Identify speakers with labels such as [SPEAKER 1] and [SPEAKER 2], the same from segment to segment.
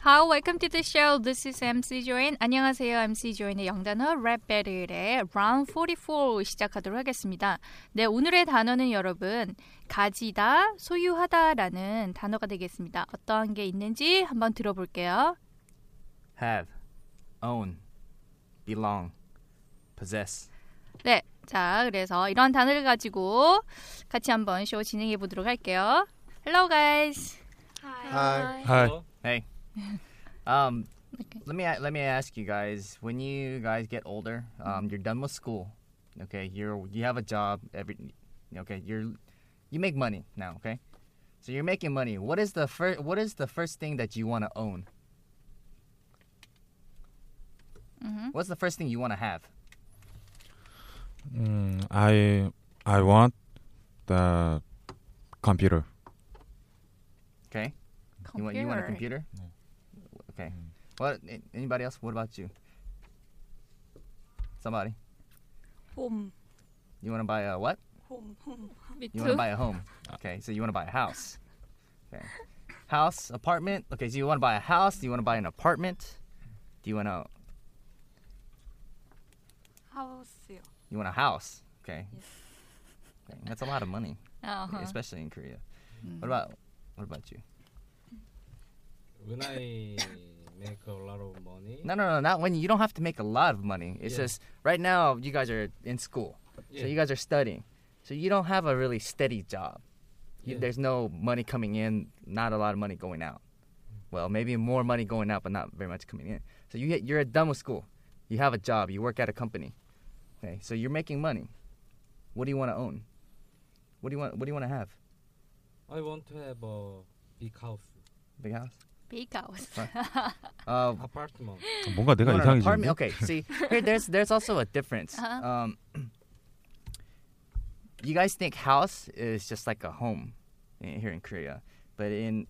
[SPEAKER 1] How welcome to the show. This is MC Join. 안녕하세요. MC Join의 영단어 랩 배틀의 round 44 시작하도록 하겠습니다. 네, 오늘의 단어는 여러분 가지다, 소유하다라는 단어가 되겠습니다. 어떠한 게 있는지 한번 들어볼게요.
[SPEAKER 2] have, own, belong, possess.
[SPEAKER 1] 네. 자, 그래서 이런 단어를 가지고 같이 한번 쇼 진행해 보도록 할게요. Hello guys.
[SPEAKER 3] Hi.
[SPEAKER 2] Hey, um,
[SPEAKER 1] Okay.
[SPEAKER 2] let me a- let me ask you guys: when you guys get older, um, you're done with school. Okay, you're you have a job. Every okay, you're you make money now. Okay, so you're making money. What is the first What is the first thing that you want to own?
[SPEAKER 1] Mhm.
[SPEAKER 2] What's the first thing you want to have?
[SPEAKER 3] Mm, I I want the computer.
[SPEAKER 2] Okay, you want you want a computer? Okay. What? a- Anybody else? What about you? Somebody.
[SPEAKER 4] Home,
[SPEAKER 2] You want to buy a what?
[SPEAKER 4] home, home.
[SPEAKER 1] Me
[SPEAKER 2] You
[SPEAKER 1] too.
[SPEAKER 2] want to buy a home. Okay, so you want to buy a house. Okay. House, apartment. Okay, so you want to buy a house. Do you want to buy an apartment? Do you want to
[SPEAKER 4] 하우스요.
[SPEAKER 2] you want a house? Okay. Okay, That's a lot of money,
[SPEAKER 1] 어허.
[SPEAKER 2] especially in Korea. What about what about you?
[SPEAKER 5] When I make a lot of money,
[SPEAKER 2] No, no, no, not when you don't have to make a lot of money. It's
[SPEAKER 5] Yeah.
[SPEAKER 2] just right now you guys are in school, so
[SPEAKER 5] Yeah.
[SPEAKER 2] you guys are studying, so you don't have a really steady job. You,
[SPEAKER 5] Yeah.
[SPEAKER 2] There's no money coming in, not a lot of money going out. Well, maybe more money going out, but not very much coming in. So you you're done with school, you have a job, you work at a company, okay? So you're making money. What do you want to own? What do you want? What do you want to have?
[SPEAKER 5] I want to have a big house,
[SPEAKER 2] Big house?
[SPEAKER 1] Big house.
[SPEAKER 2] Uh,
[SPEAKER 5] apartment.
[SPEAKER 3] 뭔가 내가
[SPEAKER 2] You want an
[SPEAKER 3] 이상해지는데.
[SPEAKER 2] apartment? Okay, see, here, there's there's also a difference.
[SPEAKER 1] Uh-huh.
[SPEAKER 2] Um, you guys think house is just like a home in, here in Korea, but in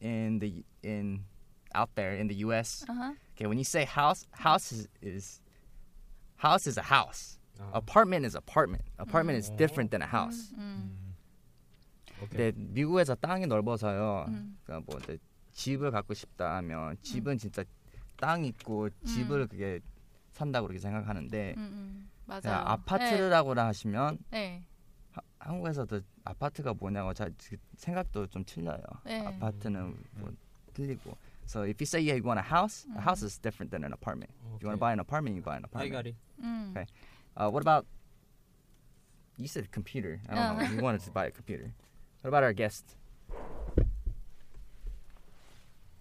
[SPEAKER 2] in the in out there in the U.S.
[SPEAKER 1] Uh-huh.
[SPEAKER 2] Okay, when you say house, house is, is house is a house.
[SPEAKER 5] Uh,
[SPEAKER 2] Apartment is apartment. Apartment is different than a house.
[SPEAKER 1] 음.
[SPEAKER 2] 근데
[SPEAKER 5] okay.
[SPEAKER 2] 미국에서 땅이 넓어서요.
[SPEAKER 1] 음.
[SPEAKER 2] 그러니까 뭐 이제 집을 갖고 싶다 하면 집은 진짜 땅 있고 집을 그게 산다고 그렇게 생각하는데
[SPEAKER 1] 음, 음. 맞아요.
[SPEAKER 2] 그냥 아파트라고 하시면
[SPEAKER 1] 네.
[SPEAKER 2] 하- 한국에서도 아파트가 뭐냐고 잘 지- 생각도 좀 틀려요.
[SPEAKER 1] 네.
[SPEAKER 2] 아파트는 뭐 틀리고. So if you say you want a house, a house is different than an apartment. If you
[SPEAKER 5] Okay.
[SPEAKER 2] want to buy an apartment, you buy
[SPEAKER 5] I
[SPEAKER 2] an apartment.
[SPEAKER 5] got it.
[SPEAKER 1] 네. 음.
[SPEAKER 2] Okay. Uh, what about? You said computer. I
[SPEAKER 1] Oh.
[SPEAKER 2] don't know. You wanted to buy a computer. What about our guest?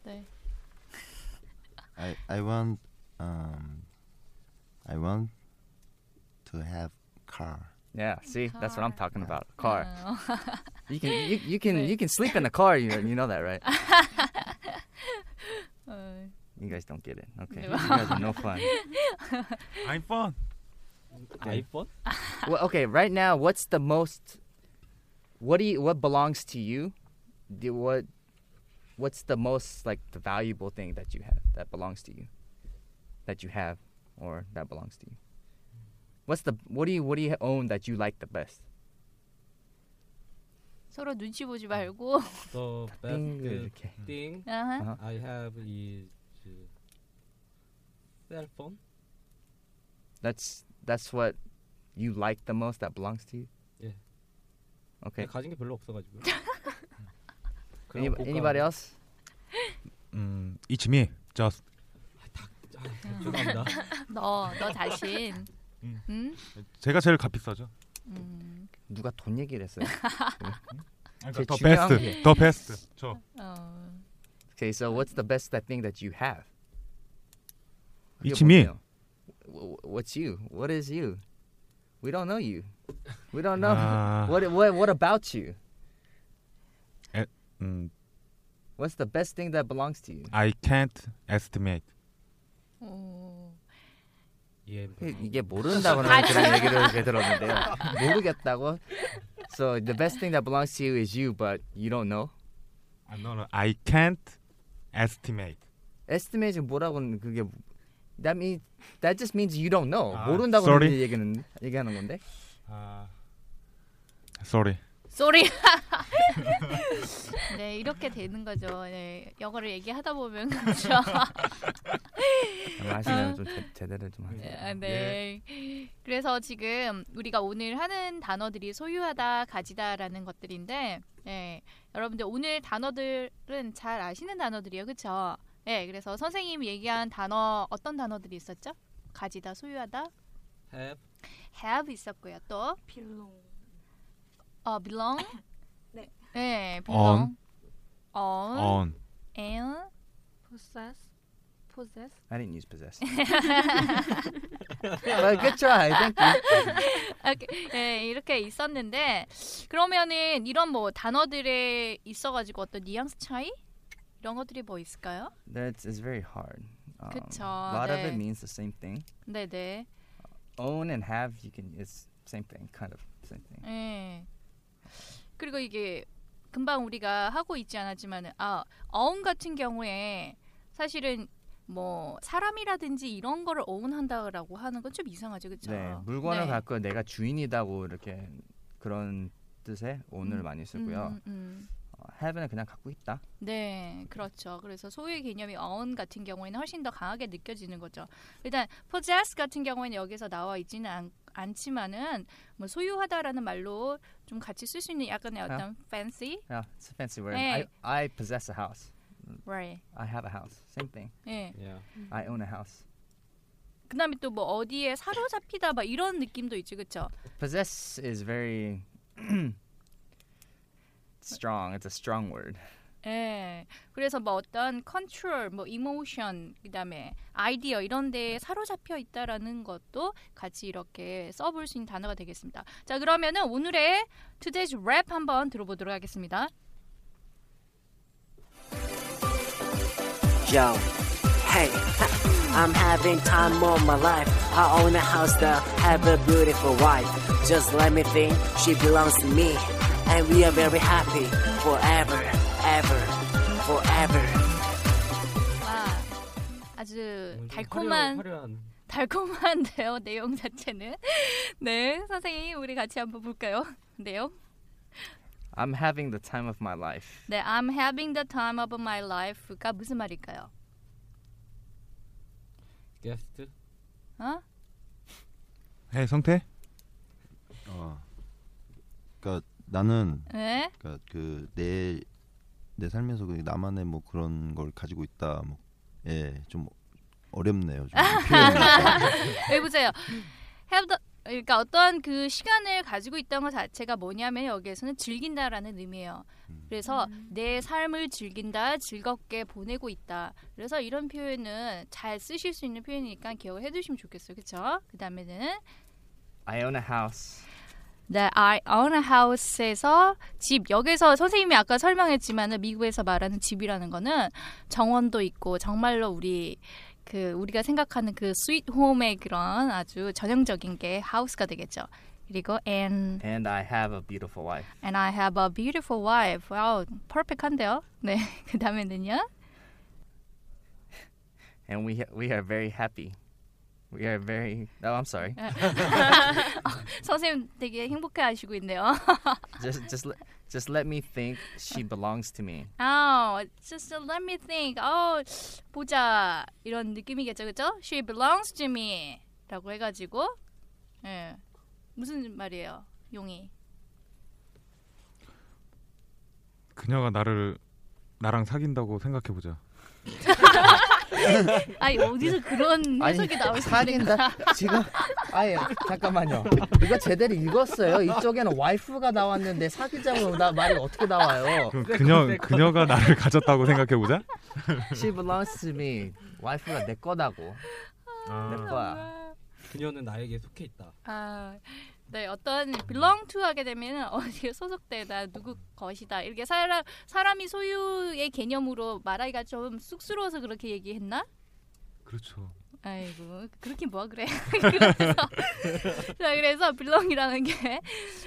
[SPEAKER 1] 네.
[SPEAKER 6] I I want um I want to have car.
[SPEAKER 2] Yeah, see, that's what I'm talking about.
[SPEAKER 1] Uh,
[SPEAKER 2] A car.
[SPEAKER 1] 어.
[SPEAKER 2] You can you, you can
[SPEAKER 1] Right.
[SPEAKER 2] you can sleep in the car. You you know that, right?
[SPEAKER 1] 어.
[SPEAKER 2] You guys don't get it.
[SPEAKER 1] No.
[SPEAKER 2] Okay, you guys are no fun.
[SPEAKER 7] I'm fun.
[SPEAKER 6] 네.
[SPEAKER 5] iPhone?
[SPEAKER 2] well, okay, right now, what's the most? What do you? What belongs to you? Do what? What's the most like the valuable thing that you have that belongs to you? That you have, or that belongs to you? What's the? What do you? What do you own that you like the best?
[SPEAKER 1] 서로 눈치 보지 말고.
[SPEAKER 5] The
[SPEAKER 2] Finger,
[SPEAKER 5] best
[SPEAKER 2] okay.
[SPEAKER 5] thing
[SPEAKER 1] 아하.
[SPEAKER 2] 어.
[SPEAKER 5] I have is uh, cell phone.
[SPEAKER 2] That's that's what you like the most that belongs to you.
[SPEAKER 5] Yeah.
[SPEAKER 2] Okay.
[SPEAKER 5] 가진 게 별로 없어가지고.
[SPEAKER 2] Any, anybody else?
[SPEAKER 3] Mm, it's me. Just
[SPEAKER 5] 아, 죄송합니다.
[SPEAKER 1] 너, 너 자신.
[SPEAKER 3] 음.
[SPEAKER 1] 응?
[SPEAKER 3] 제가 제일 값비싸죠.
[SPEAKER 1] 음,
[SPEAKER 2] 누가 돈 얘기를 했어요?
[SPEAKER 3] 그러니까
[SPEAKER 2] 제
[SPEAKER 3] 더
[SPEAKER 2] 중요한
[SPEAKER 3] 베스트. 더 베스트. 저
[SPEAKER 1] 어.
[SPEAKER 2] Okay, so what's the best that thing that you have? 그게
[SPEAKER 3] It's me.
[SPEAKER 2] 뭐예요? Wh- What's you? What is you? We don't know you. We don't know
[SPEAKER 3] 아.
[SPEAKER 2] what what what about you?
[SPEAKER 3] 음,
[SPEAKER 2] What's the best thing that belongs to you?
[SPEAKER 3] I can't estimate.
[SPEAKER 1] 오.
[SPEAKER 5] 예.
[SPEAKER 2] 이게 모른다고 하는 그런 얘기를 이제 들었는데요. 모르겠다고. So the best thing that belongs to you is you, but you don't know.
[SPEAKER 3] 아, no, no. I can't estimate.
[SPEAKER 2] Estimate 뭐라고 하는 그게 that means that just means you don't know.
[SPEAKER 3] 아,
[SPEAKER 2] 모른다고
[SPEAKER 3] sorry.
[SPEAKER 2] 하는 얘기는 얘기하는 건데.
[SPEAKER 5] 아,
[SPEAKER 3] Sorry.
[SPEAKER 1] 쏘리. 네, 이렇게 되는 거죠. 네, 영어를 얘기하다 보면 그렇죠.
[SPEAKER 2] 아시면 좀 제, 제대로 좀 하세요.
[SPEAKER 1] 아, 네. 그래서 지금 우리가 오늘 하는 단어들이 소유하다, 가지다라는 것들인데, 예, 여러분들 오늘 단어들은 잘 아시는 단어들이에요, 그렇죠? 예, 그래서 선생님 얘기한 단어 어떤 단어들이 있었죠? 가지다, 소유하다,
[SPEAKER 5] have
[SPEAKER 1] have 있었고요, 또
[SPEAKER 4] 필롱.
[SPEAKER 1] 어, belong,
[SPEAKER 4] 네.
[SPEAKER 1] 예, belong, on,
[SPEAKER 3] On.
[SPEAKER 1] and
[SPEAKER 4] possess. possess.
[SPEAKER 2] I didn't use possess. but good try. Thank you.
[SPEAKER 1] 아, 그- 예, 이렇게 있었는데 그러면은 이런 뭐 단어들에 있어가지고 어떤 뉘앙스 차이 이런 것들이 뭐 있을까요?
[SPEAKER 2] That's it's very hard. Um,
[SPEAKER 1] 그쵸,
[SPEAKER 2] A lot of
[SPEAKER 1] 네.
[SPEAKER 2] it means the same thing.
[SPEAKER 1] 네네.
[SPEAKER 2] Own and have you can it's same thing, kind of same thing.
[SPEAKER 1] 예. 그리고 이게 금방 우리가 하고 있지 않았지만은 아 어원 같은 경우에 사실은 뭐 사람이라든지 이런 거를 어원한다라고 하는 건 좀 이상하죠, 그렇죠?
[SPEAKER 2] 네, 물건을 갖고 내가 주인이다고 이렇게 그런 뜻의 오늘 많이 쓰고요.
[SPEAKER 1] 음, 음.
[SPEAKER 2] 어, have는 그냥 갖고 있다.
[SPEAKER 1] 네, 그렇죠. 그래서 소유의 개념이 어원 같은 경우에는 훨씬 더 강하게 느껴지는 거죠. 일단 possess 같은 경우에는 여기서 나와 있지는 않, 않지만은 뭐 소유하다라는 말로 좀 같이 쓸 수 있는 약간의
[SPEAKER 2] 아.
[SPEAKER 1] 어떤 fancy,
[SPEAKER 2] Yeah, it's a fancy word.
[SPEAKER 1] 네.
[SPEAKER 2] I, I possess a house.
[SPEAKER 1] right?
[SPEAKER 2] I have a house. Same thing.
[SPEAKER 1] 예.
[SPEAKER 5] yeah.
[SPEAKER 2] I own a house.
[SPEAKER 1] 그다음에 또 뭐 어디에 사로잡히다 막 이런 느낌도 있지, 그렇죠?
[SPEAKER 2] Possess is very strong. It's a strong word.
[SPEAKER 1] 예. 그래서 뭐 어떤 컨트롤, 뭐 이모션, 그다음에 아이디어 이런 데에 사로잡혀 있다라는 것도 같이 이렇게 써볼 수 있는 단어가 되겠습니다. 자, 그러면은 오늘의 today's rap 한번 들어보도록 하겠습니다.
[SPEAKER 8] Yo, hey, ha, I'm having time of my life. I own a house that have a beautiful wife. Just let me think, she belongs to me. And we are very happy forever, ever, forever.
[SPEAKER 1] 와. 아주
[SPEAKER 5] 오늘 좀
[SPEAKER 1] 달콤한
[SPEAKER 5] 음, 화려, 화려한
[SPEAKER 1] 달콤한데요. 내용 자체는. 네, 선생님 우리 같이 한번 볼까요? 내용.
[SPEAKER 2] I'm having the time of my life.
[SPEAKER 1] 네, I'm having the time of my life가 무슨 말일까요?
[SPEAKER 5] 게스트.
[SPEAKER 1] 어?
[SPEAKER 3] 해 성태?
[SPEAKER 6] 어. 그러니까 나는
[SPEAKER 1] 네.
[SPEAKER 6] 그러니까 그내 내 삶에서 그 나만의 뭐 그런 걸 가지고 있다. 뭐 예, 좀 어렵네요. 좀 표현이.
[SPEAKER 1] 해보세요. Have the 그러니까 어떤 그 시간을 가지고 있다는 것 자체가 뭐냐면 여기에서는 즐긴다라는 의미예요. 그래서 내 삶을 즐긴다, 즐겁게 보내고 있다. 그래서 이런 표현은 잘 쓰실 수 있는 표현이니까 기억을 해두시면 좋겠어요. 그렇죠? 그다음에는
[SPEAKER 2] I own a house.
[SPEAKER 1] 네, I own a house에서 집 여기서 선생님이 아까 설명했지만은 미국에서 말하는 집이라는 거는 정원도 있고 정말로 우리 그 우리가 생각하는 그 스윗 홈의 그런 아주 전형적인 게 하우스가 되겠죠. 그리고 and
[SPEAKER 2] And I have a beautiful wife.
[SPEAKER 1] and I have a beautiful wife. 와우, 퍼펙트한데요. 네, 그 다음에는요.
[SPEAKER 2] And we ha- we are very happy. We are very. No, I'm sorry.
[SPEAKER 1] Uh, 선생님 되게 행복해하시고 있네요.
[SPEAKER 2] just just let just let me think. She belongs to me.
[SPEAKER 1] Oh, just let me think. 어, 보자 이런 느낌이겠죠, 그죠? She belongs to me.라고 해가지고, 예, 무슨 말이에요, 용이?
[SPEAKER 3] 그녀가 나를 나랑 사귄다고 생각해 보자.
[SPEAKER 1] 아니 어디서 그런
[SPEAKER 2] 아니,
[SPEAKER 1] 해석이 나올 수 있는가?
[SPEAKER 2] 사귄다 지금 아예 잠깐만요 이거 제대로 읽었어요 이쪽에는 와이프가 나왔는데 사귀자고 나 말이 어떻게 나와요
[SPEAKER 3] 그럼 그녀 그녀가 나를 가졌다고 생각해 보자.
[SPEAKER 2] She belongs to me 와이프가 내 거다고
[SPEAKER 3] 아,
[SPEAKER 2] 내 거야
[SPEAKER 5] 그녀는 나에게 속해 있다.
[SPEAKER 1] 아, 네 어떤 belong to 하게 되면 어디에 소속되다 누구 것이다 이렇게 사람 사람이 소유의 개념으로 말하기가 좀 쑥스러워서 그렇게 얘기했나?
[SPEAKER 3] 그렇죠.
[SPEAKER 1] 아이고 그렇게 뭐야 그래 그래서 자 그래서 belong이라는 게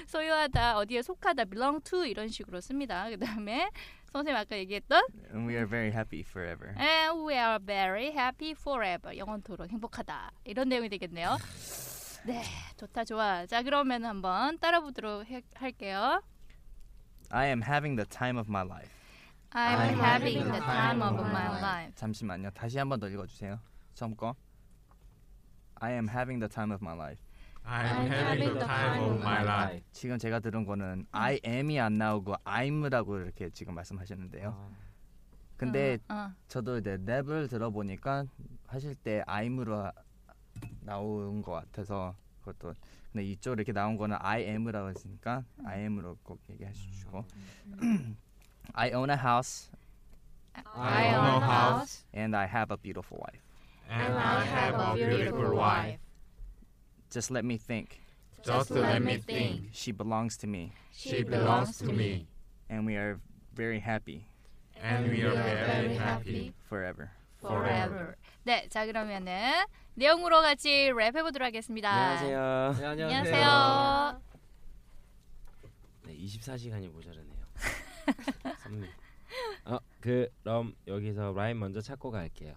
[SPEAKER 1] 소유하다 어디에 속하다 belong to 이런 식으로 씁니다 그 다음에 선생님 아까 얘기했던
[SPEAKER 2] And we are very happy forever
[SPEAKER 1] And we are very happy forever. 영원토록 행복하다. 이런 내용이 되겠네요. 네, 좋다 좋아. 자, 그러면 한번 따라 보도록 해- 할게요.
[SPEAKER 2] I am having the time of my life
[SPEAKER 1] I'm, having the time of my life.
[SPEAKER 2] 잠시만요 다시 한 번 더 읽어주세요 처음 거 I am having the time of my life
[SPEAKER 3] I'm having the time of Oh
[SPEAKER 5] 네,
[SPEAKER 3] my life.
[SPEAKER 2] 지금 제가 들은 거는 I am이 안 나오고 I'm라고 이렇게 지금 말씀하셨는데요 근데
[SPEAKER 1] 어.
[SPEAKER 2] 저도 이제 랩을 들어보니까 하실 때 I'm으로 하- 나온 것 같아서 그것도 근데 이쪽 이렇게 나온 거는 I am이라고 했으니까 I am으로 꼭 얘기해 주시고 음. I own a house
[SPEAKER 1] I own a house
[SPEAKER 2] and I have a beautiful wife.
[SPEAKER 3] and I have a beautiful wife.
[SPEAKER 2] Just let me think.
[SPEAKER 3] Just let me think.
[SPEAKER 2] She belongs to me
[SPEAKER 3] She belongs to me,
[SPEAKER 2] and we are very happy
[SPEAKER 3] and we are very happy.
[SPEAKER 2] forever.
[SPEAKER 1] forever. 네, 자 그러면은 내용으로 같이 랩해 보도록 하겠습니다.
[SPEAKER 9] 안녕하세요.
[SPEAKER 5] 네,
[SPEAKER 1] 안녕하세요.
[SPEAKER 9] 네, 24시간이 모자르네요. 선미. 어, 그럼 여기서 라임 먼저 찾고 갈게요.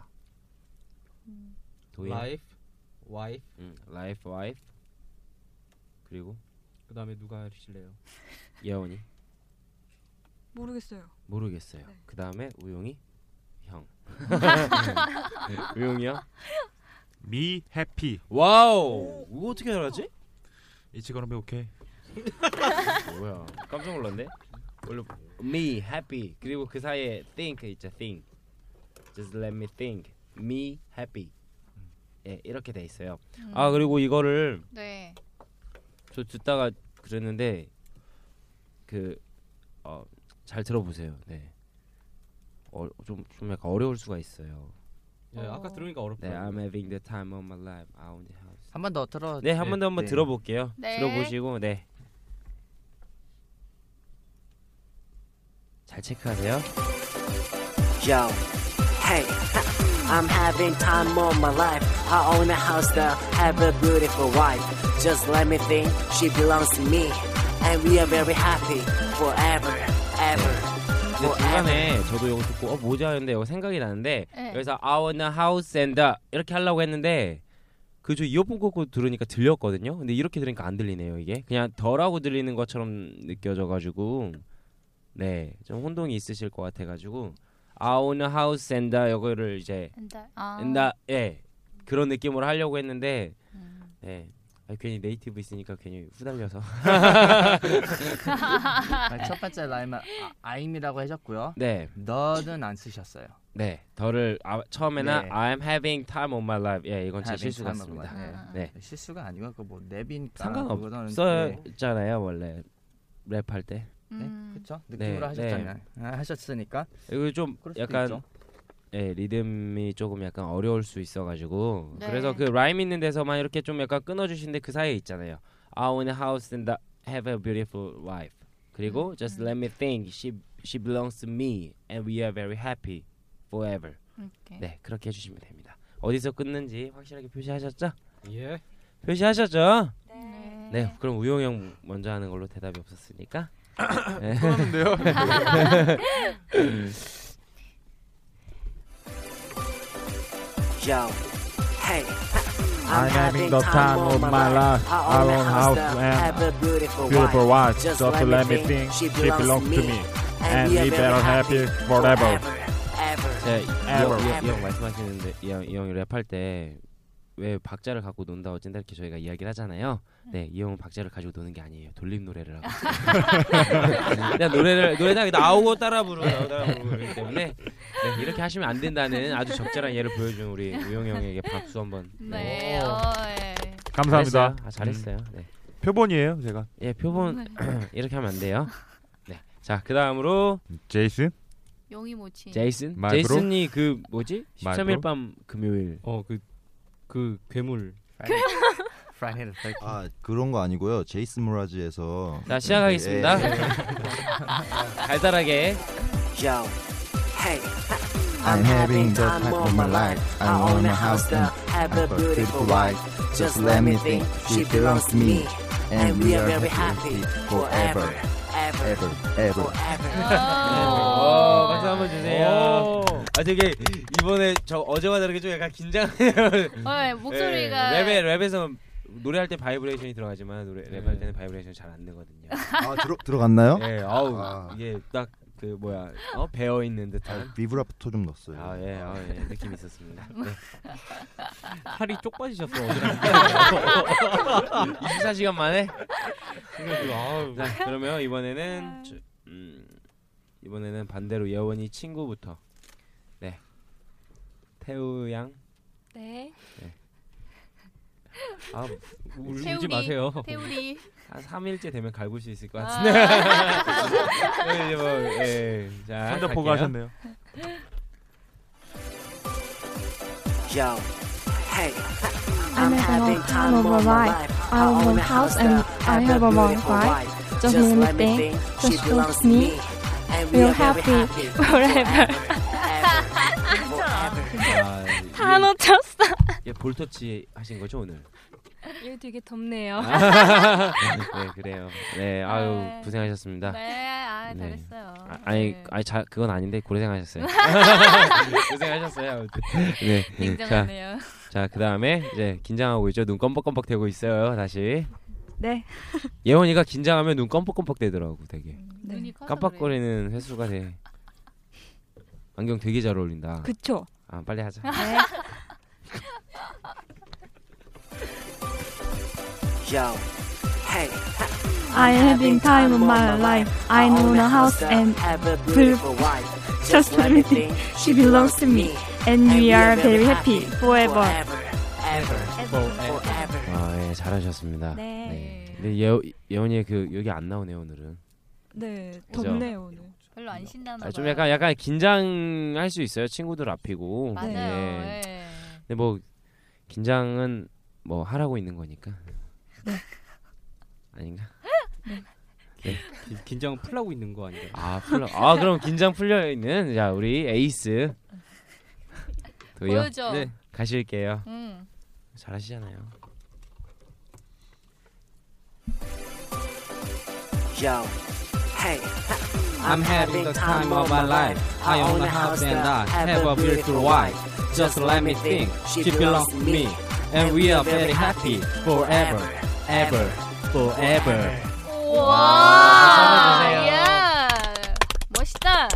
[SPEAKER 9] 도인.
[SPEAKER 5] Life, wife.
[SPEAKER 9] 음, 라이프 와이프. 그리고
[SPEAKER 5] 그다음에 누가 하실래요?
[SPEAKER 9] 예원이
[SPEAKER 4] 모르겠어요.
[SPEAKER 9] 모르겠어요. 그다음에 우용이 형. 우용이 형.
[SPEAKER 3] Me happy.
[SPEAKER 9] 와우. 이거 어떻게 알았지?
[SPEAKER 3] 이치거는 배 오케이.
[SPEAKER 9] 뭐야? 깜짝 놀랐네. 원래 me happy 그리고 그 사이에 think 있죠 think. Just let me think. Me happy. 예 이렇게 돼 있어요. 아 그리고 이거를
[SPEAKER 1] 네.
[SPEAKER 9] 저 듣다가 그랬는데 그, 그어잘 들어보세요. 네. 어좀좀 약간 어려울 수가 있어요.
[SPEAKER 5] 네, 아까 들으니까 어렵다.
[SPEAKER 9] 네, I'm having the time of my life. 아, I own the house.
[SPEAKER 2] 한 번 더 들어.
[SPEAKER 9] 네, 한 번 더 한번
[SPEAKER 2] 네.
[SPEAKER 9] 들어볼게요.
[SPEAKER 1] 네.
[SPEAKER 9] 들어보시고 네. 잘 체크하세요.
[SPEAKER 8] Yo, hey, I'm having time of my life. I own a house that have a beautiful wife. Just let me think, she belongs to me. And we are very happy forever, ever,
[SPEAKER 9] 근데
[SPEAKER 1] 뭐
[SPEAKER 9] 중간에
[SPEAKER 8] forever.
[SPEAKER 9] 네, 저도 이거 듣고 어 뭐지 하는데 이거 생각이 나는데
[SPEAKER 1] 네.
[SPEAKER 9] 여기서 I own a house and a- 이렇게 하려고 했는데 그 저 이어폰 꽂고 들으니까 들렸거든요. 근데 이렇게 들으니까 안 들리네요 이게 그냥 덜하고 들리는 것처럼 느껴져가지고 네좀 혼동이 있으실 것 같아가지고 I own a house and a 이거를 이제
[SPEAKER 1] 엔다. 아.
[SPEAKER 9] and a- 예 그런 느낌으로 하려고 했는데
[SPEAKER 1] 음.
[SPEAKER 9] 네 아, 괜히 네이티브 있으니까 괜히 후달려서
[SPEAKER 2] 아, 첫 번째 라임은 아, I'm이라고 해줬고요.
[SPEAKER 9] 네
[SPEAKER 2] 너는 안 쓰셨어요.
[SPEAKER 9] 네, 덜을 아, 처음에는
[SPEAKER 2] 네.
[SPEAKER 9] I'm having time on my life. 예, 이건 제
[SPEAKER 2] Having
[SPEAKER 9] 실수
[SPEAKER 2] time of
[SPEAKER 9] 같습니다.
[SPEAKER 2] my life.
[SPEAKER 9] 네,
[SPEAKER 2] 네, 실수가 아니고 그뭐 랩이니까 그거는 네.
[SPEAKER 9] 상관없어요 원래 랩할 때.
[SPEAKER 2] 네,
[SPEAKER 1] 음.
[SPEAKER 2] 그렇죠. 느낌으로
[SPEAKER 9] 네,
[SPEAKER 2] 하셨잖아요. 아, 하셨으니까.
[SPEAKER 9] 이거 좀
[SPEAKER 2] 그럴 수도
[SPEAKER 9] 약간
[SPEAKER 2] 있죠.
[SPEAKER 9] 예, 리듬이 조금 약간 어려울 수 있어가지고
[SPEAKER 1] 네.
[SPEAKER 9] 그래서 그 라임 있는 데서만 이렇게 좀 약간 끊어주시는데 그 사이에 있잖아요. I own a house and have a beautiful wife. 그리고
[SPEAKER 1] 음.
[SPEAKER 9] just let me think she she belongs to me and we are very happy forever.
[SPEAKER 1] 오케이.
[SPEAKER 9] 네, 그렇게 해주시면 됩니다. 어디서 끊는지 확실하게 표시하셨죠?
[SPEAKER 5] 예.
[SPEAKER 9] 표시하셨죠?
[SPEAKER 1] 네.
[SPEAKER 9] 네, 그럼 우영이 형 먼저 하는 걸로 대답이 없었으니까.
[SPEAKER 3] 그러는데요.
[SPEAKER 8] Yo, hey,
[SPEAKER 3] I'm having the time of my life. I own a house
[SPEAKER 8] that
[SPEAKER 3] and
[SPEAKER 8] have a beautiful,
[SPEAKER 3] Beautiful wife, just
[SPEAKER 8] let
[SPEAKER 3] let me think. She belongs to me, and we better happy forever.
[SPEAKER 8] Ever, ever.
[SPEAKER 9] 네,
[SPEAKER 3] Ever.
[SPEAKER 9] 이형 말씀하시는데 이형 이형이 랩할 때 왜 박자를 갖고 논다 어쩐다 이렇게 저희가 이야기를 하잖아요. 네, 이 형은 박자를 가지고 노는 게 아니에요. 돌림 노래를 하고 있어요. 그냥 노래를 노래나 나오고 따라 부르고 나오고 따라 부르고 그러기 때문에 네, 이렇게 하시면 안 된다는 아주 적절한 예를 보여준 우리 우영 형에게 박수 한번.
[SPEAKER 1] 네. 어, 예.
[SPEAKER 3] 감사합니다. 음,
[SPEAKER 9] 잘했어요. 아, 잘했어요. 네.
[SPEAKER 3] 표본이에요, 제가.
[SPEAKER 9] 예, 표본 이렇게 하면 안 돼요. 네. 자, 그다음으로
[SPEAKER 3] 제이슨.
[SPEAKER 1] 용이 모친.
[SPEAKER 9] 제이슨.
[SPEAKER 3] 말브로?
[SPEAKER 9] 제이슨이 그 뭐지? 13일
[SPEAKER 3] 말브로?
[SPEAKER 9] 밤 금요일.
[SPEAKER 5] 어그 그 괴물
[SPEAKER 2] Friday the 13th.
[SPEAKER 6] 아 그런 거 아니고요. 제이스 무라즈에서
[SPEAKER 9] 자, 시작하겠습니다.
[SPEAKER 6] 예, 예.
[SPEAKER 9] 달달하게.
[SPEAKER 8] Yo, hey,
[SPEAKER 6] I'm
[SPEAKER 8] I'm
[SPEAKER 6] having
[SPEAKER 8] having
[SPEAKER 6] the
[SPEAKER 8] time
[SPEAKER 6] time
[SPEAKER 8] of my life. I own a house and have a beautiful wife. Just let me think, she belongs to me, and we are very happy forever, ever,
[SPEAKER 6] ever, ever.
[SPEAKER 1] 어.
[SPEAKER 9] 네. 오, 어, 박수 한번 주세요. 아 되게 이번에 저 어제와 다르게 좀 약간 긴장해요.
[SPEAKER 1] 어, 예, 목소리가
[SPEAKER 9] 네, 랩에 랩에서 노래할 때 바이브레이션이 들어가지만 노래 랩할 때는 바이브레이션 이 잘 안 넣거든요.
[SPEAKER 6] 아 들어 들어갔나요?
[SPEAKER 9] 예, 아우
[SPEAKER 6] 아.
[SPEAKER 9] 이게 딱 그 뭐야 어 배어 있는 듯한.
[SPEAKER 6] 비브라프토 좀 넣었어요.
[SPEAKER 9] 아 예, 아, 예, 느낌 이 있었습니다. 네.
[SPEAKER 10] 팔이 쪽 빠지셨어 어지러워.
[SPEAKER 9] 24시간 만에.
[SPEAKER 10] 아우.
[SPEAKER 9] 자, 그러면
[SPEAKER 1] 아.
[SPEAKER 9] 이번에는 저, 음, 이번에는 반대로 예원이 친구부터. 네. 태우 양.
[SPEAKER 4] 네.
[SPEAKER 9] 아, 울,
[SPEAKER 1] 태우리,
[SPEAKER 9] 울지 마세요.
[SPEAKER 1] 그 태우리.
[SPEAKER 9] 한 3일째 되면 갈굴 수 있을 것
[SPEAKER 1] 아.
[SPEAKER 9] 같은데. 네, 이제 뭐, 예. 자,
[SPEAKER 3] 손잡 보고
[SPEAKER 9] 갈게요.
[SPEAKER 3] 하셨네요.
[SPEAKER 8] Yo, hey, I'm having time of my life. I own a house and I have a long wife. Just let me think, she belongs to me, and we
[SPEAKER 11] We're
[SPEAKER 8] are very
[SPEAKER 11] happy
[SPEAKER 8] happy
[SPEAKER 11] forever.
[SPEAKER 9] 아,
[SPEAKER 11] 다
[SPEAKER 1] 네.
[SPEAKER 9] 이-
[SPEAKER 11] 놓쳤어.
[SPEAKER 9] 예, 볼터치 하신 거죠, 오늘?
[SPEAKER 11] 여기 되게 덥네요.
[SPEAKER 9] 아, 네, 그래요. 네, 아유,
[SPEAKER 1] 네.
[SPEAKER 9] 고생하셨습니다.
[SPEAKER 1] 네, 아,
[SPEAKER 9] 네.
[SPEAKER 1] 잘했어요.
[SPEAKER 9] 아, 아니,
[SPEAKER 1] 네.
[SPEAKER 9] 아니, 자, 그건 아닌데 고생하셨어요. 고생하셨어요. 아무튼. 네.
[SPEAKER 1] 냉정하네요.
[SPEAKER 9] 자, 자, 그다음에 이제 긴장하고 있죠. 눈 껌뻑껌뻑 되고 있어요. 다시.
[SPEAKER 12] 네.
[SPEAKER 9] 예원이가 긴장하면 눈 껌뻑껌뻑 되더라고, 되게.
[SPEAKER 12] 눈이
[SPEAKER 9] 깜빡거리는 횟수가 돼. 안경 되게 잘 어울린다.
[SPEAKER 12] 그쵸.
[SPEAKER 9] 아, 빨리 하자.
[SPEAKER 4] 네.
[SPEAKER 8] Yo, hey,
[SPEAKER 11] I'm having time of my life. I own a house and
[SPEAKER 8] beautiful wife.
[SPEAKER 11] just let me think. She belongs to me, and we are very happy forever.
[SPEAKER 8] ever,
[SPEAKER 11] Forever.
[SPEAKER 8] forever.
[SPEAKER 9] 아, 예, 잘하셨습니다.
[SPEAKER 12] 네.
[SPEAKER 9] 근데 예, 예원이의 그 여기 안 나오네요, 오늘은.
[SPEAKER 12] 네,
[SPEAKER 9] 그죠?
[SPEAKER 12] 덥네요 오늘.
[SPEAKER 1] 별로 안 신나나
[SPEAKER 9] 아, 좀
[SPEAKER 1] 봐요.
[SPEAKER 9] 약간 약간 긴장할 수 있어요 친구들 앞이고.
[SPEAKER 1] 맞아요.
[SPEAKER 9] 예.
[SPEAKER 1] 예.
[SPEAKER 9] 근데 뭐 긴장은 뭐 하라고 있는 거니까. 아닌가? 네.
[SPEAKER 10] 기- 긴장 풀라고 있는 거 아닌가?
[SPEAKER 9] 아 풀러. 아 그럼 긴장 풀려 있는 자 우리 에이스. 도요.
[SPEAKER 1] 보여줘. 네.
[SPEAKER 9] 가실게요.
[SPEAKER 1] 음.
[SPEAKER 9] 잘하시잖아요.
[SPEAKER 8] Yo, hey,
[SPEAKER 10] I'm having the time of my life. I own a house and I have a beautiful wife. Just let me think, she belongs to me, and we are very happy forever, ever, forever.
[SPEAKER 1] 와,
[SPEAKER 10] 잘하셨어요.
[SPEAKER 1] 야, 멋있다.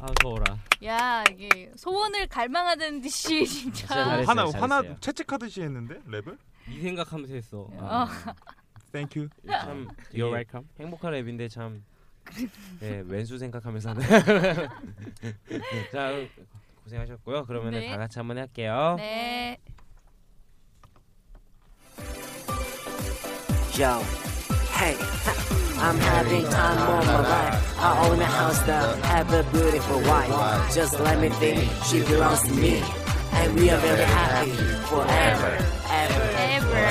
[SPEAKER 10] 아 더워라.
[SPEAKER 1] 야, 이게 소원을 갈망하던 듯이 진짜.
[SPEAKER 10] 잘했어요,
[SPEAKER 3] 화나 화나
[SPEAKER 10] 잘했어요.
[SPEAKER 3] 채찍하듯이 했는데 랩을?
[SPEAKER 10] 이 생각하면서 했어.
[SPEAKER 1] 어. 아.
[SPEAKER 3] Thank you.
[SPEAKER 9] 아. 참 되게
[SPEAKER 10] You're welcome.
[SPEAKER 9] 행복한 랩인데 참. 네 왼수 생각하면서 하는. 자 고생하셨고요. 그러면은
[SPEAKER 1] 네.
[SPEAKER 9] 다 같이 한번 할게요.
[SPEAKER 1] 네.
[SPEAKER 8] Yo, hey, I'm having time of my life. I own a house that have a beautiful wife. Just let me think, she belongs to me, and we are very happy forever, ever, ever.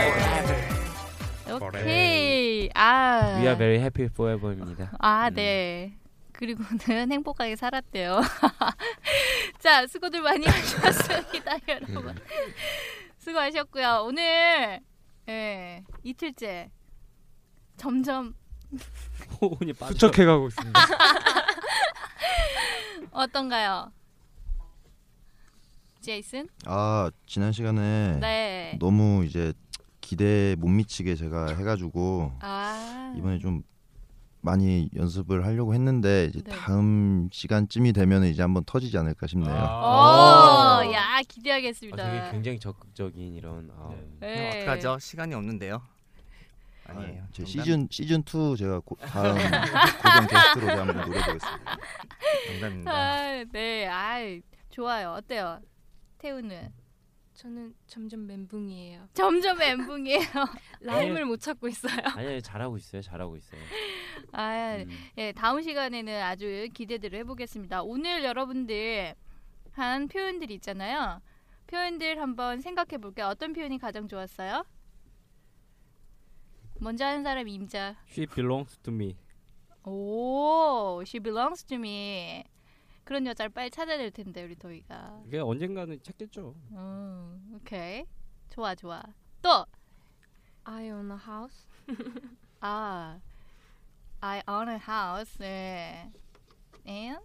[SPEAKER 1] 오케이. 아.
[SPEAKER 4] 네.
[SPEAKER 9] We are very happy forever입니다.
[SPEAKER 1] 아, 네. 그리고는 행복하게 살았대요. 자, 수고들 많이 하셨습니다, 여러분. 수고하셨고요. 오늘 예, 이틀째 점점
[SPEAKER 10] 호흡이 빠져.
[SPEAKER 3] 수척해가고 있습니다.
[SPEAKER 1] 어떤가요? 제이슨?
[SPEAKER 6] 아 지난 시간에
[SPEAKER 1] 네.
[SPEAKER 6] 너무 이제 기대 못 미치게 제가 해가지고
[SPEAKER 1] 아.
[SPEAKER 6] 이번에 좀 많이 연습을 하려고 했는데
[SPEAKER 1] 네.
[SPEAKER 6] 이제 다음 시간쯤이 되면 이제 한번 터지지 않을까 싶네요.
[SPEAKER 1] 아,
[SPEAKER 6] 어.
[SPEAKER 1] 오, 어, 야 기대하겠습니다.
[SPEAKER 9] 되게 굉장히 적극적인 이런. 아.
[SPEAKER 1] 네.
[SPEAKER 2] 형 어, 어떡하죠? 시간이 없는데요.
[SPEAKER 6] 네.
[SPEAKER 2] 아니에요.
[SPEAKER 6] 제
[SPEAKER 2] 농담-
[SPEAKER 6] 시즌 시즌 2 제가 고, 다음 고정 게스트로 제가 한번 노려보겠습니다.
[SPEAKER 2] 농담입니다.
[SPEAKER 1] 아, 네, 아, 좋아요. 어때요, 태우는?
[SPEAKER 4] 저는 점점 멘붕이에요.
[SPEAKER 1] 점점 멘붕이에요.
[SPEAKER 4] 라임을 못 찾고 있어요. 네.
[SPEAKER 9] 아니 잘하고 있어요. 잘하고 있어요.
[SPEAKER 1] 아, 예, 다음 시간에는 아주 기대들을 해보겠습니다. 오늘 여러분들 한 표현들 있잖아요. 표현들 한번 생각해 볼게요. 어떤 표현이 가장 좋았어요? 먼저 하는 사람 임자.
[SPEAKER 9] She belongs to me.
[SPEAKER 1] 오, Oh, she belongs to me. 그런 여자를 빨리 찾아낼 텐데 우리 도희가.
[SPEAKER 10] 이게 언젠가는 찾겠죠.
[SPEAKER 1] 어, 오케이. 좋아, 좋아. 또.
[SPEAKER 4] I own a house.
[SPEAKER 1] 아, I own a house. 네. And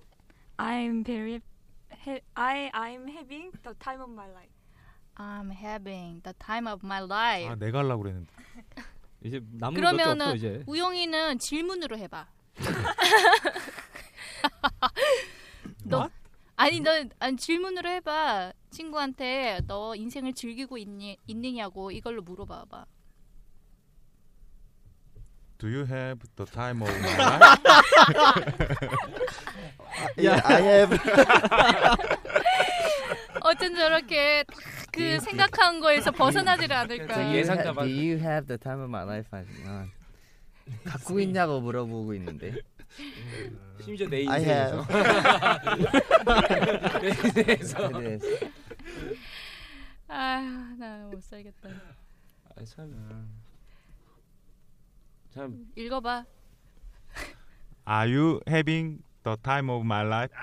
[SPEAKER 11] I'm very ha- I I'm having the time of my life.
[SPEAKER 1] I'm having the time of my life.
[SPEAKER 3] 아 내가 하려고 그랬는데.
[SPEAKER 10] 이제 남은 것도 없어
[SPEAKER 1] 그러면은
[SPEAKER 10] 이제.
[SPEAKER 1] 우영이는 질문으로 해봐. 너 아니 너 아니 질문으로 해봐 친구한테 너 인생을 즐기고 있니 있느냐고 이걸로 물어봐봐.
[SPEAKER 3] Do you have the time of my life?
[SPEAKER 6] Yeah, I have.
[SPEAKER 1] 어쩐 저렇게 딱 그
[SPEAKER 10] 예.
[SPEAKER 1] 생각한 거에서 벗어나지를 않을까.
[SPEAKER 2] Do you, ha- do you have the time of my life? 아, 갖고 있냐고 물어보고 있는데.
[SPEAKER 10] 네. 심지어 내
[SPEAKER 2] I
[SPEAKER 10] 인생에서.
[SPEAKER 2] have.
[SPEAKER 10] 내 인생에서.
[SPEAKER 2] 네, 네.
[SPEAKER 1] 아휴 나못 살겠다.
[SPEAKER 9] 아, 참.
[SPEAKER 10] 네.
[SPEAKER 9] 참.
[SPEAKER 1] 읽어봐.
[SPEAKER 3] Are you having the time of my life?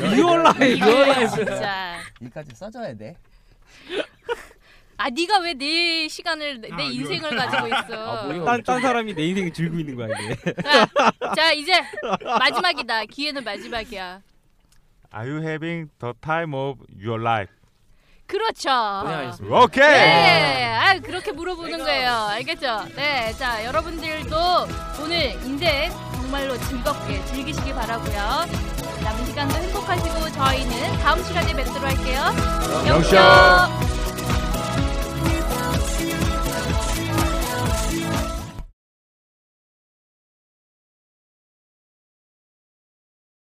[SPEAKER 10] Your life, your life.
[SPEAKER 1] 아, 진짜.
[SPEAKER 2] 이까지 써줘야 돼.
[SPEAKER 1] 아 네가 왜 내 시간을
[SPEAKER 10] 아,
[SPEAKER 1] 내, 내 인생을 가지고
[SPEAKER 9] 아,
[SPEAKER 1] 있어.
[SPEAKER 10] 딴, 딴 사람이 내 인생을 즐기고 있는 거야 아, 뭐 이게.
[SPEAKER 1] 자, 자 이제 마지막이다. 기회는 마지막이야.
[SPEAKER 3] Are you having the time of your life?
[SPEAKER 1] 그렇죠.
[SPEAKER 3] 오케이.
[SPEAKER 1] 네, 아 그렇게 물어보는 거예요. 알겠죠? 네, 자 여러분들도 오늘 인생 정말로 즐겁게 즐기시기 바라고요. 남은 시간도 행복하시고 저희는 다음 시간에 뵙도록 할게요.
[SPEAKER 10] 영쇼.
[SPEAKER 1] 영쇼.